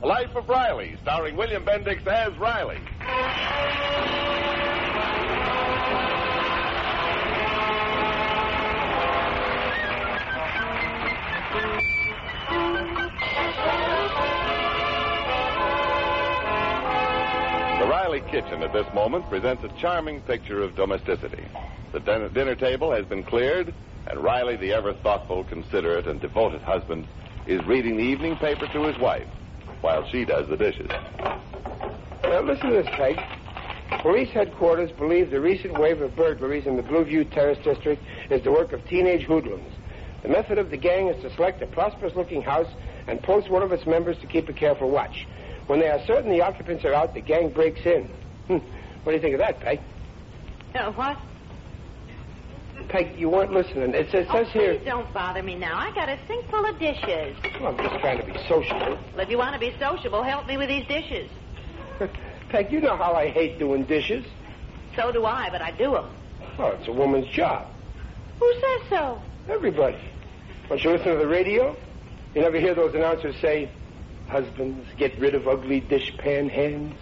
The Life of Riley, starring William Bendix as Riley. The Riley kitchen at this moment presents a charming picture of domesticity. The din- dinner table has been cleared, and Riley, the ever thoughtful, considerate, and devoted husband, is reading the evening paper to his wife while she does the dishes. Now, listen to this, Peg. Police headquarters believe the recent wave of burglaries in the Blueview Terrace district is the work of teenage hoodlums. The method of the gang is to select a prosperous looking house and post one of its members to keep a careful watch. When they are certain the occupants are out, the gang breaks in. Hmm. What do you think of that, Peg? Uh, what? Peg, you weren't listening. It says, Oh, says here. please don't bother me now. I got a sink full of dishes. Well, I'm just trying to be sociable. Well, if you want to be sociable, help me with these dishes. Peg, you know how I hate doing dishes. So do I, but I do them. Oh, it's a woman's job. Who says so? Everybody. Don't you listen to the radio? You never hear those announcers say, Husbands, get rid of ugly dishpan hands.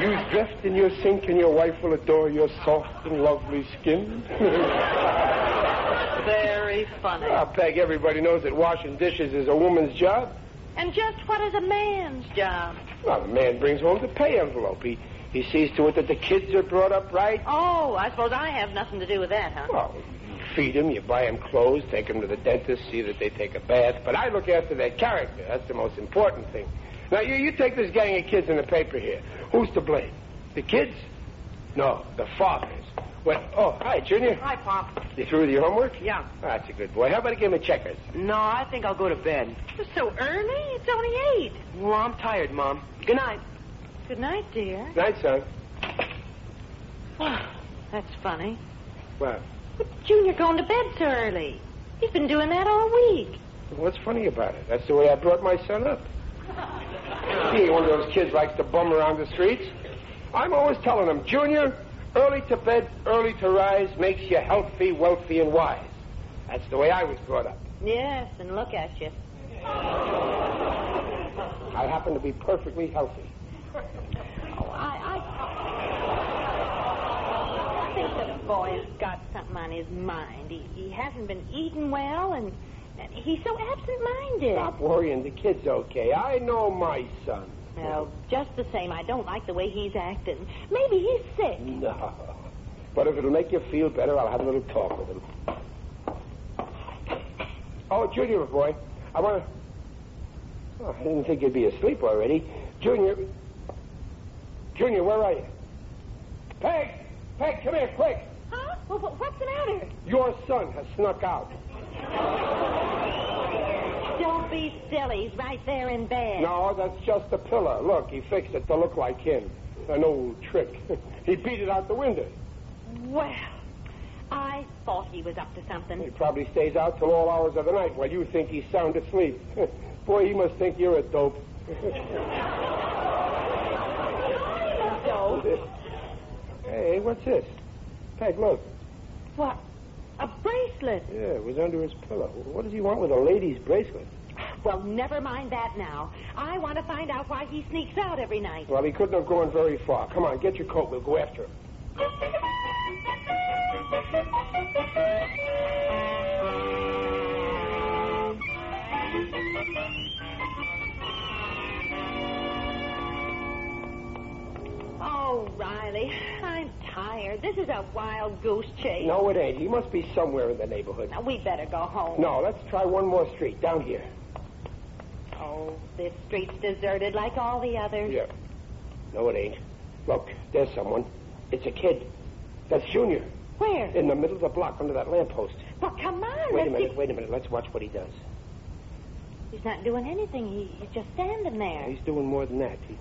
Use drift in your sink and your wife will adore your soft and lovely skin. Very funny. Ah, Peg, everybody knows that washing dishes is a woman's job. And just what is a man's job? Well, the man brings home the pay envelope. He, he sees to it that the kids are brought up right. Oh, I suppose I have nothing to do with that, huh? Well, you feed them, you buy them clothes, take them to the dentist, see that they take a bath. But I look after their character. That's the most important thing. Now, you, you take this gang of kids in the paper here. Who's to blame? The kids? No, the fathers. Well, oh, hi, Junior. Hi, Pop. You through with your homework? Yeah. That's a good boy. How about a game of checkers? No, I think I'll go to bed. It's so early. It's only eight. Well, I'm tired, Mom. Good night. Good night, dear. Night, son. That's funny. Well, But Junior going to bed so early. He's been doing that all week. what's funny about it? That's the way I brought my son up. He, one of those kids likes to bum around the streets. I'm always telling them, Junior, early to bed, early to rise makes you healthy, wealthy, and wise. That's the way I was brought up. Yes, and look at you. I happen to be perfectly healthy. Oh, I, I, I think the boy's got something on his mind. He, he hasn't been eating well, and, and he's so absent-minded. Stop worrying, the kid's okay. I know my son. No, just the same, I don't like the way he's acting. Maybe he's sick. No. But if it'll make you feel better, I'll have a little talk with him. Oh, Junior, my boy, I want to. Oh, I didn't think you'd be asleep already. Junior. Junior, where are you? Peg! Peg, come here, quick! Huh? Well, wh- what's the matter? Your son has snuck out. Don't be silly. He's right there in bed. No, that's just a pillar. Look, he fixed it to look like him. An old trick. he beat it out the window. Well, I thought he was up to He something. probably stays out till all hours of the night while you think he's sound asleep. Boy, he must think you're a dope. So, Hey, what's this? Peg, look. what? A bracelet. Yeah, it was under his pillow. What does he want with a lady's bracelet? Well, never mind that now. I want to find out why he sneaks out every night. Well, he couldn't have gone very far. Come on, get your coat. We'll go after him. I'm tired. This is a wild goose chase. No, it ain't. He must be somewhere in the neighborhood. Now, we better go home. No, let's try one more street down here. Oh, this street's deserted like all the others. Yeah. No, it ain't. Look, there's someone. It's a kid. That's Junior. Where? In the middle of the block under that lamppost. Well, come on. Wait a let's minute, see- wait a minute. Let's watch what he does. He's not doing anything. He, he's just standing there. He's doing more than that. He,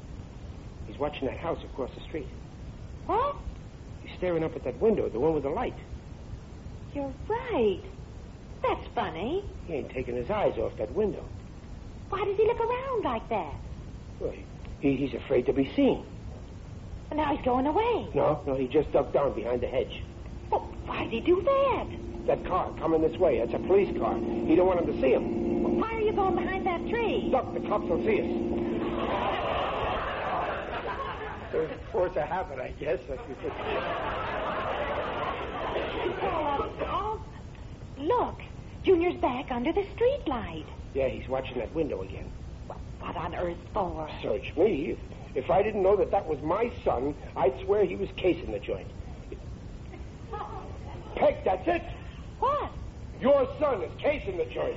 he's watching that house across the street. What? He's staring up at that window, the one with the light. You're right. That's funny. He ain't taking his eyes off that window. Why does he look around like that? Well, he, he's afraid to be seen. And now he's going away. No, no, he just ducked down behind the hedge. Well, why does he do that? That car coming this way. That's a police car. He don't want him to see him. Well, why are you going behind that tree? Duck, the cops will see us. They're forced to happen, I guess. Well, uh, oh, look, Junior's back under the streetlight. Yeah, he's watching that window again. Well, what on earth for? Search me. If I didn't know that that was my son, I'd swear he was casing the joint. Peg, that's it. What? Your son is casing the joint.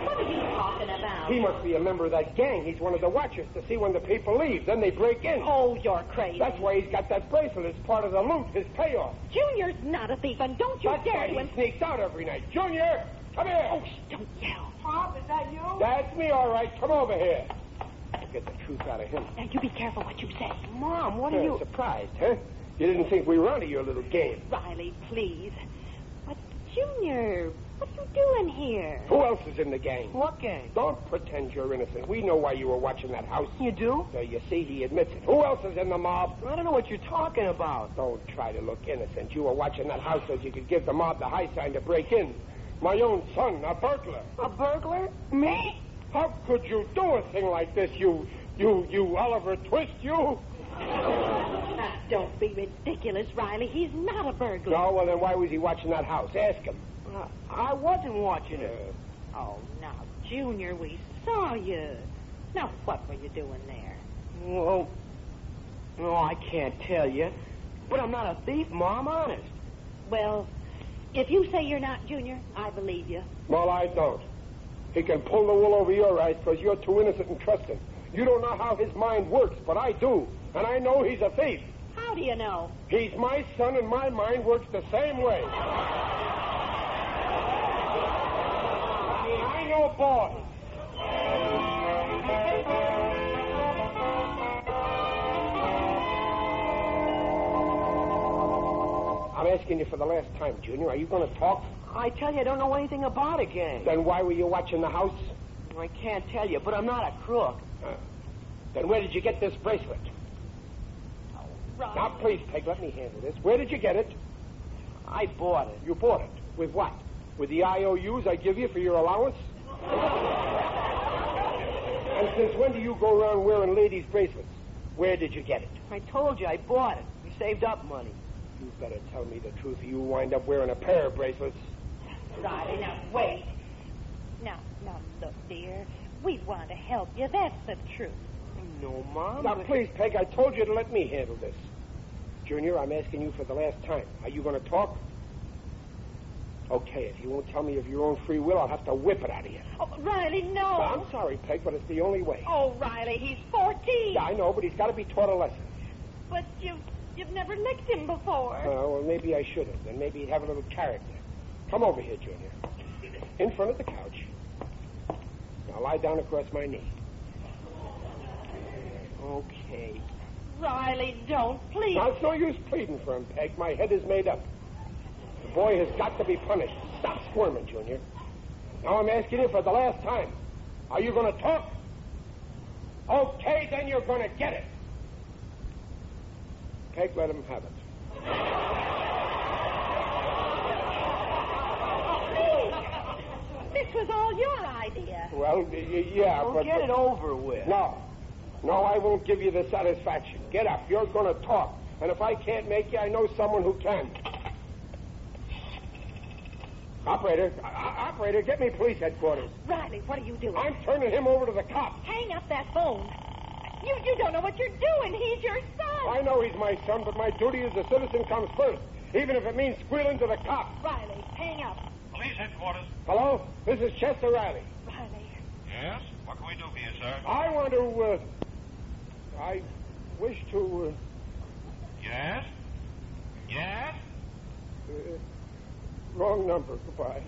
What are you talking about? He must be a member of that gang. He's one of the watchers to see when the people leave. Then they break in. Oh, you're crazy. That's why he's got that bracelet. It's part of the loot, his payoff. Junior's not a thief, and don't you That's dare why to... he sneaks out every night. Junior, come here. Oh, shh, don't yell. Pop, is that you? That's me, all right. Come over here. I'll get the truth out of him. Now, you be careful what you say. Mom, what are you surprised, huh? You didn't think we were onto your little game. Riley, please. But, Junior, what are you doing here? Who else is in the gang? What gang? Don't pretend you're innocent. We know why you were watching that house. You do? So you see, he admits it. Who else is in the mob? I don't know what you're talking about. Don't try to look innocent. You were watching that house so you could give the mob the high sign to break in. My own son, a burglar. A burglar? Me? How could you do a thing like this, you, you, you Oliver Twist, you? Now, Ah, don't be ridiculous, Riley. He's not a burglar. No, well, then why was he watching that house? Ask him. Uh, I wasn't watching it. Uh, Oh, now, Junior, we saw you. Now, what were you doing there? Well, no, Oh, I can't tell you. But I'm not a thief, Mom, honest. Well, if you say you're not Junior, I believe you. well, I don't. He can pull the wool over your eyes because you're too innocent and trusting. You don't know how his mind works, but I do. And I know he's a thief. How do you know? He's my son, and my mind works the same way. I mean, I know boys. I'm asking you for the last time, Junior. Are you going to talk? I tell you, I don't know anything about a gang. Then why were you watching the house? I can't tell you, but I'm not a crook. Huh. Then where did you get this bracelet? Riley. Now, please, Peg, let me handle this. Where did you get it? I bought it. You bought it. With what? With the IOUs I give you for your allowance? and since when do you go around wearing ladies' bracelets? Where did you get it? I told you, I bought it. We saved up money. You better tell me the truth or you wind up wearing a pair of bracelets. Riley, now, wait. Now, now, look, dear. We want to help you. That's the truth. No, Mom. Now, but- please, Peg, I told you to let me handle this. Junior, I'm asking you for the last time. Are you going to talk? Okay, if you won't tell me of your own free will, I'll have to whip it out of you. Oh, Riley, Well, no. I'm sorry, Peg, but it's the only way. Oh, Riley, he's 14. Yeah, I know, but he's got to be taught a lesson. But you, you've never licked him before. Uh, well, maybe I should have. Then maybe he'd have a little character. Come over here, Junior. In front of the couch. Now lie down across my knee. Okay. Riley, don't, please. Now, it's no use pleading for him, Peg. My head is made up. The boy has got to be punished. Stop squirming, Junior. Now I'm asking you for the last time. Are you going to talk? Okay, then you're going to get it. Peg, let him have it. This was all your idea. Well, y- y- yeah, Well, but... get it over with. No. No, I won't give you the satisfaction. Get up. You're going to talk. And if I can't make you, I know someone who can. Operator, o- o- operator, get me police headquarters. Riley, what are you doing? I'm turning him over to the cops. Hang up that phone. You, you don't know what you're doing. He's your son. I know he's my son, but my duty as a citizen comes first, even if it means squealing to the cops. Riley, hang up. Police headquarters. Hello? This is Chester Riley. Riley. Yes? What can we do for you, sir? I want to, uh, I wish to, Yes? Yes? uh, uh, wrong number. Goodbye.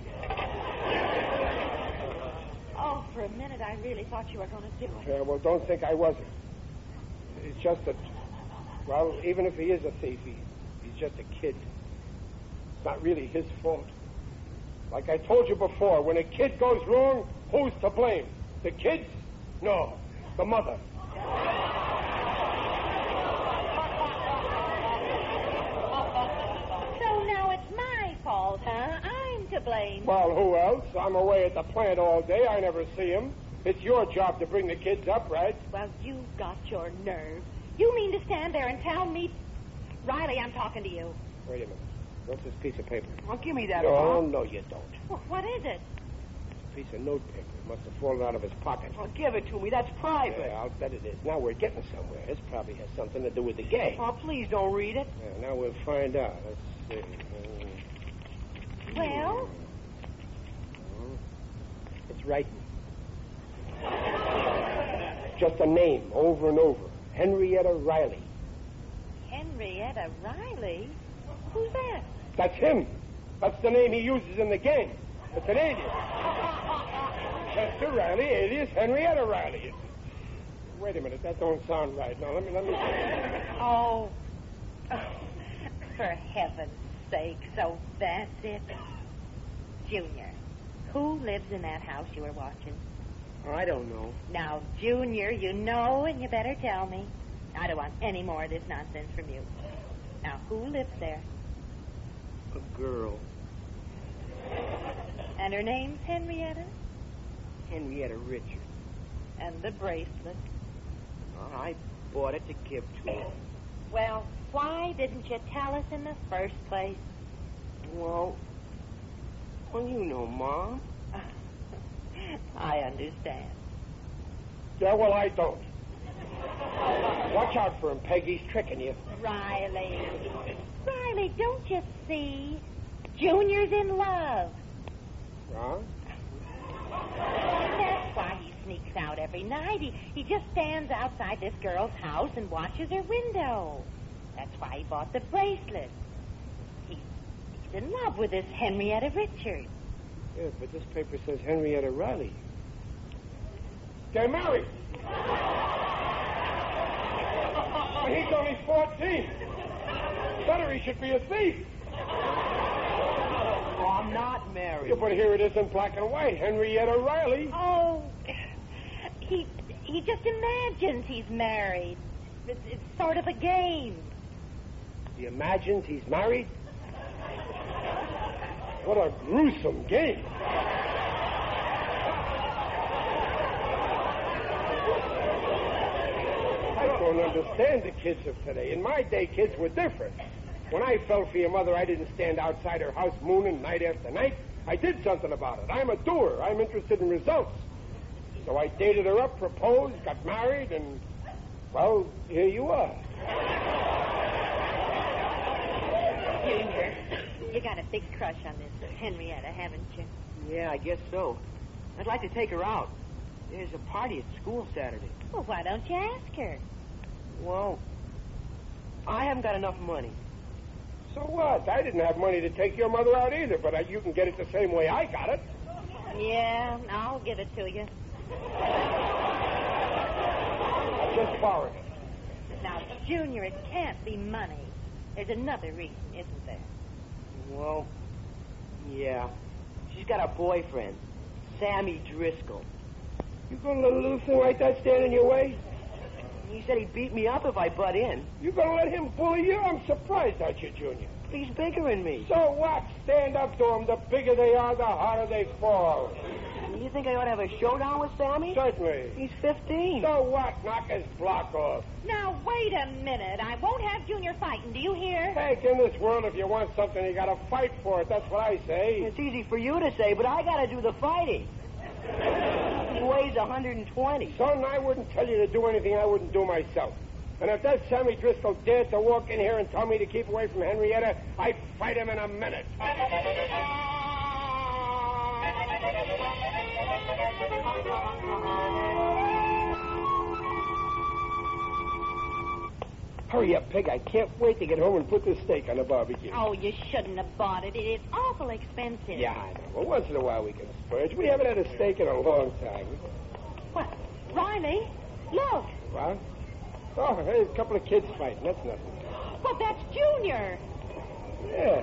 Oh, for a minute, I really thought you were going to do it. Yeah, well, don't think I wasn't. It's just that, well, even if he is a thief, he, he's just a kid. It's not really his fault. Like I told you before, when a kid goes wrong, who's to blame? The kids? No, the mother. So now it's my fault, huh? I'm to blame. Well, who else? I'm away at the plant all day. I never see him. It's your job to bring the kids up, right? Well, you got your nerve. You mean to stand there and tell me, Riley, I'm talking to you? Wait a minute. What's this piece of paper? Well, give me that, No, Mom. no, you don't. Well, what is it? It's a piece of notepaper. It must have fallen out of his pocket. Well, give it to me. That's private. Yeah, I'll bet it is. Now we're getting somewhere. This probably has something to do with the gang. Oh, please don't read it. Yeah, now we'll find out. Let's see. Well, Uh, It's writing. Just a name over and over. Henrietta Riley. Henrietta Riley? Who's that? That's him. That's the name he uses in the gang. It's an alias. Chester Riley, alias Henrietta Riley. Wait a minute, that don't sound right. Now let me let me. Oh. for heaven's sake. So that's it. Junior, who lives in that house you were watching? I don't know. Now, Junior, you know, and you better tell me. I don't want any more of this nonsense from you. Now, who lives there? A girl. And her name's Henrietta? Henrietta Richards. And the bracelet. Well, I bought it to give to her. Well, why didn't you tell us in the first place? Well, well, you know, Mom. I understand. Yeah, well I don't. Watch out for him, Peggy. He's tricking you. Riley. Riley, don't you see? Junior's in love. Huh? That's why he sneaks out every night. He, he just stands outside this girl's house and watches her window. That's why he bought the bracelet. He, he's in love with this Henrietta Richards. Yeah, but this paper says Henrietta Riley. They're married. but he's only 14. Better he should be a thief. Oh, I'm not married. Yeah, but here it is in black and white. Henrietta Riley. Oh, he he just imagines he's married. It's, it's sort of a game. He imagines he's married. What a gruesome game. I don't understand the kids of today. In my day, kids were different. When I fell for your mother, I didn't stand outside her house mooning night after night. I did something about it. I'm a doer. I'm interested in results. So I dated her up, proposed, got married, and, well, here you are. Junior, you got a big crush on this Henrietta, haven't you? Yeah, I guess so. I'd like to take her out. There's a party at school Saturday. Well, why don't you ask her? Well, I haven't got enough money. So what? I didn't have money to take your mother out either, but I, you can get it the same way I got it. Yeah, I'll give it to you. Just borrow it. Now, Junior, it can't be money. There's another reason, isn't there? Well, yeah. She's got a boyfriend, Sammy Driscoll. You gonna let a little thing like that stand in your way? He said he'd beat me up if I butt in. You gonna let him bully you? I'm surprised at you, Junior. He's bigger than me. So what? Stand up to him. The bigger they are, the harder they fall. You think I ought to have a showdown with Sammy? Certainly. He's 15. So what? Knock his block off. Now, wait a minute. I won't have Junior fighting. Do you hear? Heck, in this world, if you want something, you gotta fight for it. That's what I say. It's easy for you to say, but I gotta do the fighting. He weighs 120. Son, I wouldn't tell you to do anything I wouldn't do myself. And if that Sammy Driscoll dared to walk in here and tell me to keep away from Henrietta, I'd fight him in a minute. Hurry up, Pig. I can't wait to get home and put this steak on the barbecue. Oh, you shouldn't have bought it. It is awful expensive. Yeah, I know. Well, once in a while we can splurge. We haven't had a steak in a long time. What? Riley, look. What? Oh, hey, a couple of kids fighting. That's nothing. Well, that's Junior. Yeah.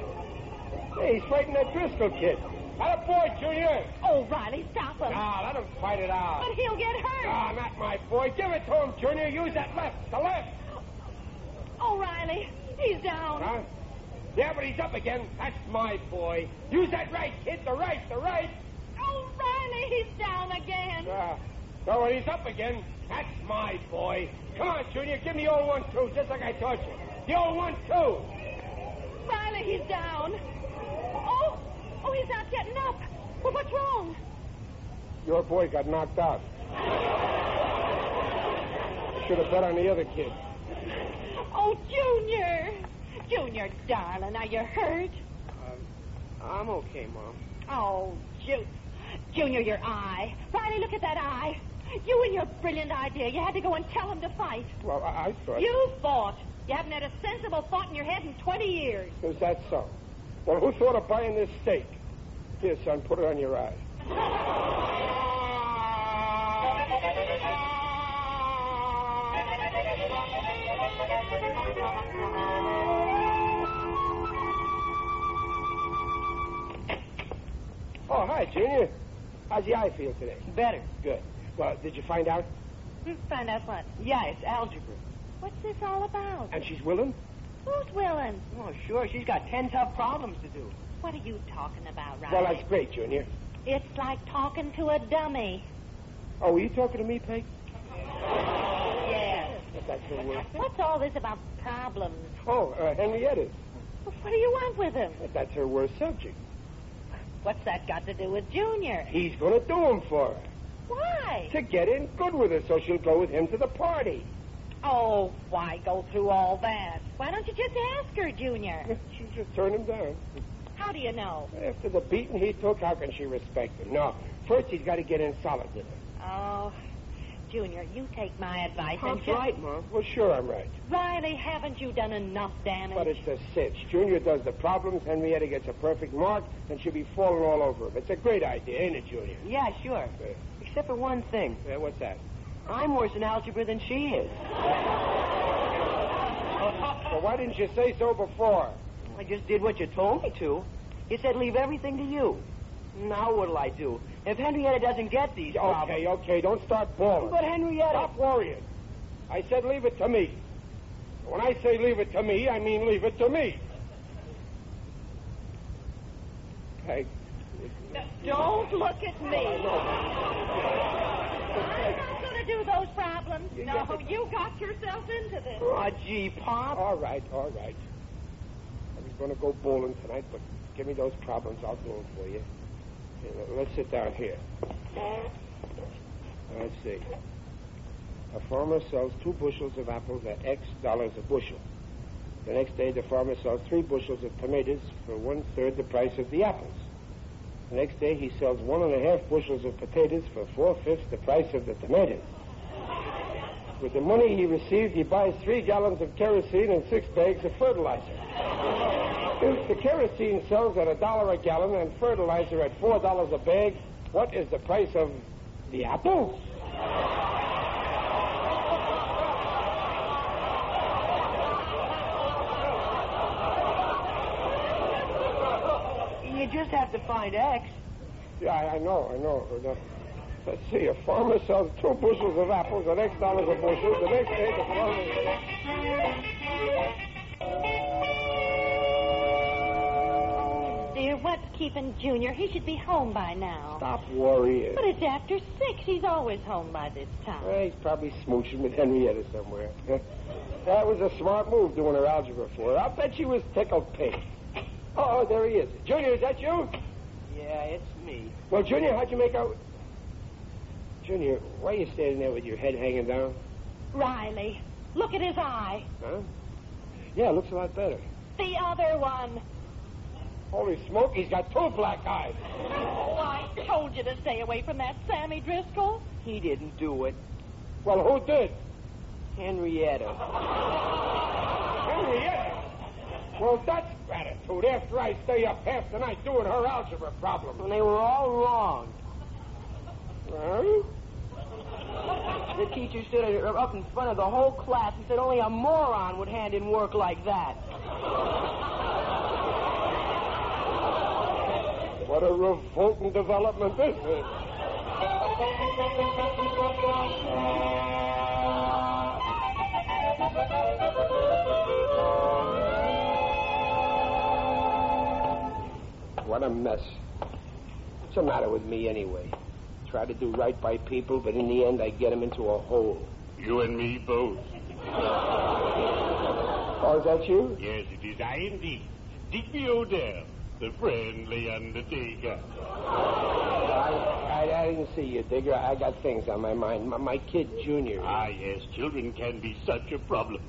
Hey, he's fighting that Driscoll kid. Out boy, Junior. Oh, Riley, stop him. Ah, let him fight it out. But he'll get hurt. Ah, not my boy. Give it to him, Junior. Use that left. The left. Oh, Riley, he's down. Huh? Yeah, but he's up again. That's my boy. Use that right, kid. The right, the right. Oh, Riley, he's down again. Ah. Oh, and he's up again. That's my boy. Come on, Junior. Give me the old one, too, just like I taught you. The old one, too. Riley, he's down. Oh, oh, he's not getting up. Well, what's wrong? Your boy got knocked out. Should have bet on the other kid. Oh, Junior. Junior, darling, are you hurt? I'm okay, Mom. Oh, Ju- Junior, your eye. Riley, look at that eye. You and your brilliant idea. You had to go and tell him to fight. Well, I, I thought. You fought. You haven't had a sensible thought in your head in 20 years. Is that so? Well, who thought of buying this steak? Here, son, put it on your eye. Oh, hi, Junior. How's the eye feel today? Better. Good. Well, did you find out? Hmm, Find out what. Yeah, it's algebra. What's this all about? And she's willing? Who's willing? Oh, sure. She's got 10 tough problems to do. What are you talking about, Riley? Well, that's great, Junior. It's like talking to a dummy. Oh, were you talking to me, Peg? Yes. If that's the word. What's all this about problems? Oh, uh, Henrietta's. What do you want with him? If that's her worst subject. What's that got to do with Junior? He's going to do 'em for her. Why? To get in good with her so she'll go with him to the party. Oh, why go through all that? Why don't you just ask her, Junior? She just turned him down. How do you know? After the beating he took, how can she respect him? No, first he's got to get in solid with her. Oh, Junior, you take my advice and Mom's just... right, Mom. Well, sure, I'm right. Riley, haven't you done enough damage? But it's a cinch. Junior does the problems, Henrietta gets a perfect mark, and she'll be falling all over him. It's a great idea, ain't it, Junior? Yeah, sure. Yeah. Except for one thing. Yeah, what's that? I'm worse in algebra than she is. Well, why didn't you say so before? I just did what you told me to. You said leave everything to you. Now what'll I do? If Henrietta doesn't get these Okay, okay, don't start bawling. problems... But Henrietta... Stop worrying. I said leave it to me. When I say leave it to me, I mean leave it to me. Peg. Don't look at me. Oh, I'm not going to do those problems. You no, got it. you got yourself into this. Aw, gee, Pop. All right, all right. I was going to go bowling tonight, but give me those problems. I'll do them for you. Here, let- let's sit down here. Let's see. A farmer sells two bushels of apples at X dollars a bushel. The next day, the farmer sells three bushels of tomatoes for one third the price of the apples. The next day, he sells one and a half bushels of potatoes for four fifths the price of the tomatoes. With the money he received, he buys three gallons of kerosene and six bags of fertilizer. If the kerosene sells at a dollar a gallon and fertilizer at four dollars a bag, what is the price of the apples? You just have to find X. Yeah, I, I know, I know. Uh, Let's see. A farmer sells two bushels of apples at X dollars a bushel. The next day, the farmer. Dear, what's keeping Junior? He should be home by now. Stop worrying. But it's after six. He's always home by this time. Well, Eh, he's probably smooching with Henrietta somewhere. that was a smart move doing her algebra for her. I'll bet she was tickled pink. Oh, there he is. Junior, is that you? Yeah, it's me. Well, Junior, how'd you make out? Junior, why are you standing there with your head hanging down? Riley, look at his eye. Huh? Yeah, looks a lot better. The other one. Holy smoke, he's got two black eyes. Oh, I told you to stay away from that Sammy Driscoll. He didn't do it. Well, who did? Henrietta. Henrietta. Well, that's gratitude after I stay up half the night doing her algebra And problem. they were all wrong. Huh? The teacher stood at- up in front of the whole class and said only a moron would hand in work like that. What a revolting development this is. What a mess. What's the matter with me anyway? Try to do right by people, but in the end I get them into a hole. You and me both. Oh, is that you? Yes, it is I indeed. Digby Odell, the friendly undertaker. I, I, I didn't see you, Digger. I got things on my mind. My, my kid, Junior. Ah, yes, children can be such a problem.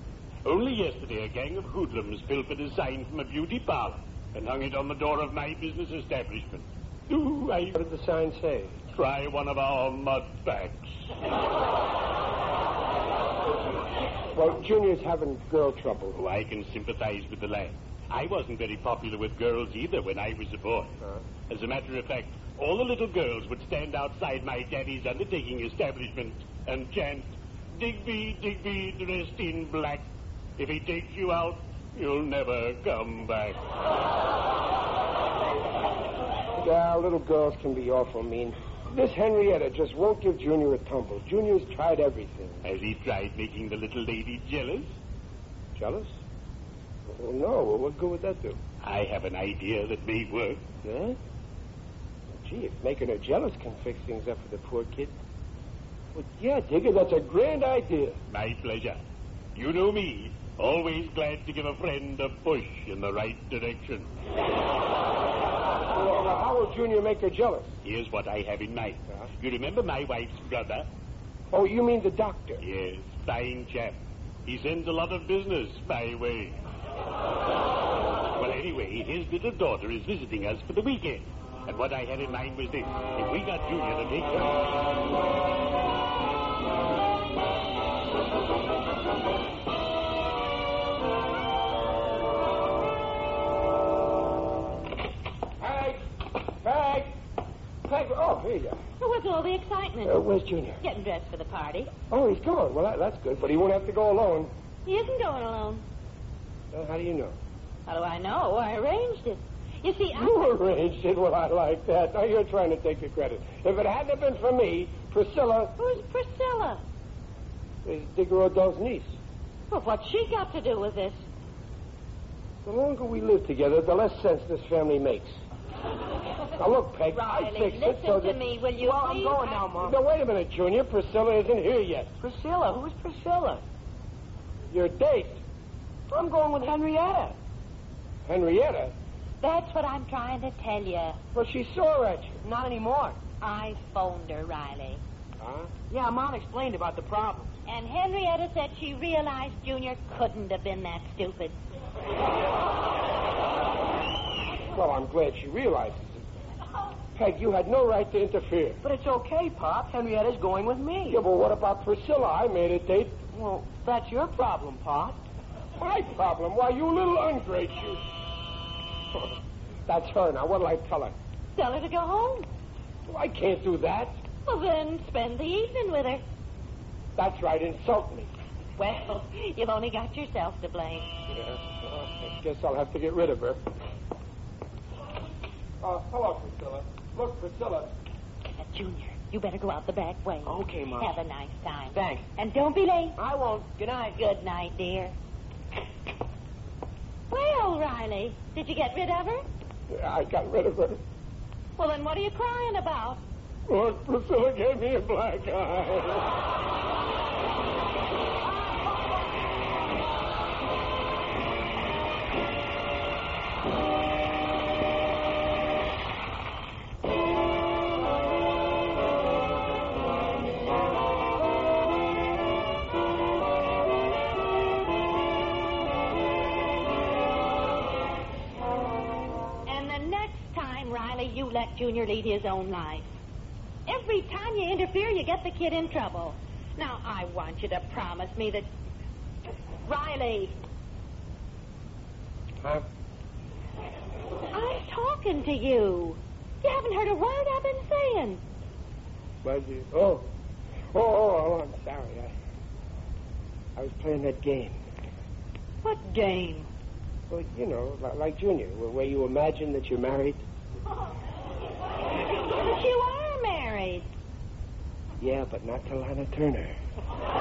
Only yesterday, a gang of hoodlums pilfered a sign from a beauty parlor and hung it on the door of my business establishment. Do I What did the sign say? try one of our mud bags? Well, Junior's having girl trouble. Oh, I can sympathize with the lad. I wasn't very popular with girls either when I was a boy. As a matter of fact, all the little girls would stand outside my daddy's undertaking establishment and chant, Digby, Digby, dressed in black. If he takes you out, you'll never come back. Yeah, little girls can be awful mean. This Henrietta just won't give Junior a tumble. Junior's tried everything. Has he tried making the little lady jealous? Jealous? Well, Oh, no. Well, what good would that do? I have an idea that may work. Yeah? Gee, if making her jealous can fix things up for the poor kid. Well, yeah, Digger, that's a grand idea. My pleasure. You know me. Always glad to give a friend a push in the right direction. Well, now, how will Junior make her jealous? Here's what I have in mind. Yeah. You remember my wife's brother? Oh, you mean the doctor? Yes, fine chap. He sends a lot of business my way. well, anyway, his little daughter is visiting us for the weekend. And what I had in mind was this. If we got Junior to take her... Peg! Peg! Peg! Oh, here you So what's all the excitement? are. Uh, where's Junior? Getting dressed for the party. Oh, he's gone. Well, that, that's good, but he won't have to go alone. He isn't going alone. Uh, how do you know? How do I know? I arranged it. You see, I... You arranged it. Well, I like that. Now you're trying to take the credit. If it hadn't have been for me, Priscilla Who's Priscilla? is Digger Odell's niece. Well, what's she got to do with this? The longer we live together, the less sense this family makes. Now look, Peg, I Riley, fixed listen it so to that... me, will you? Well, I'm please? going now, Mom. Now wait a minute, Junior. Priscilla isn't here yet. Priscilla, who's Priscilla? Your date, I'm going with Henrietta. Henrietta. That's what I'm trying to tell you. Well, she saw at you. Not anymore. I phoned her, Riley. Huh? Yeah, Mom explained about the problem. And Henrietta said she realized Junior couldn't have been that stupid. Well, I'm glad she realizes it. Peg, you had no right to interfere. But it's okay, Pop. Henrietta's going with me. Yeah, but what about Priscilla? I made a date. Well, that's your problem, Pop. My problem? Why, you little ungrate, you. That's her. Now, what'll I tell her? Tell her to go home. Well, I can't do that. Well, then spend the evening with her. That's right. Insult me. Well, you've only got yourself to blame. I guess I'll have to get rid of her. Uh, hello, Priscilla. Look, Priscilla. Now, Junior, you better go out the back way. Okay, Mom. Have a nice time. Thanks. And don't be late. I won't. Good night. Good night, dear. Well, Riley, did you get rid of her? I got rid of her. Well, then what are you crying about? Look, Priscilla gave me a black eye. only you let Junior lead his own life. Every time you interfere, you get the kid in trouble. Now, I want you to promise me that. Riley, Huh? I'm talking to you. You haven't heard a word I've been saying. Why'd you- Oh. Oh, oh, oh, I'm sorry. I, I was playing that game. What game? Well, you know, li- like Junior, where where you imagine that you're married. But you are married. Yeah, but not to Lana Turner.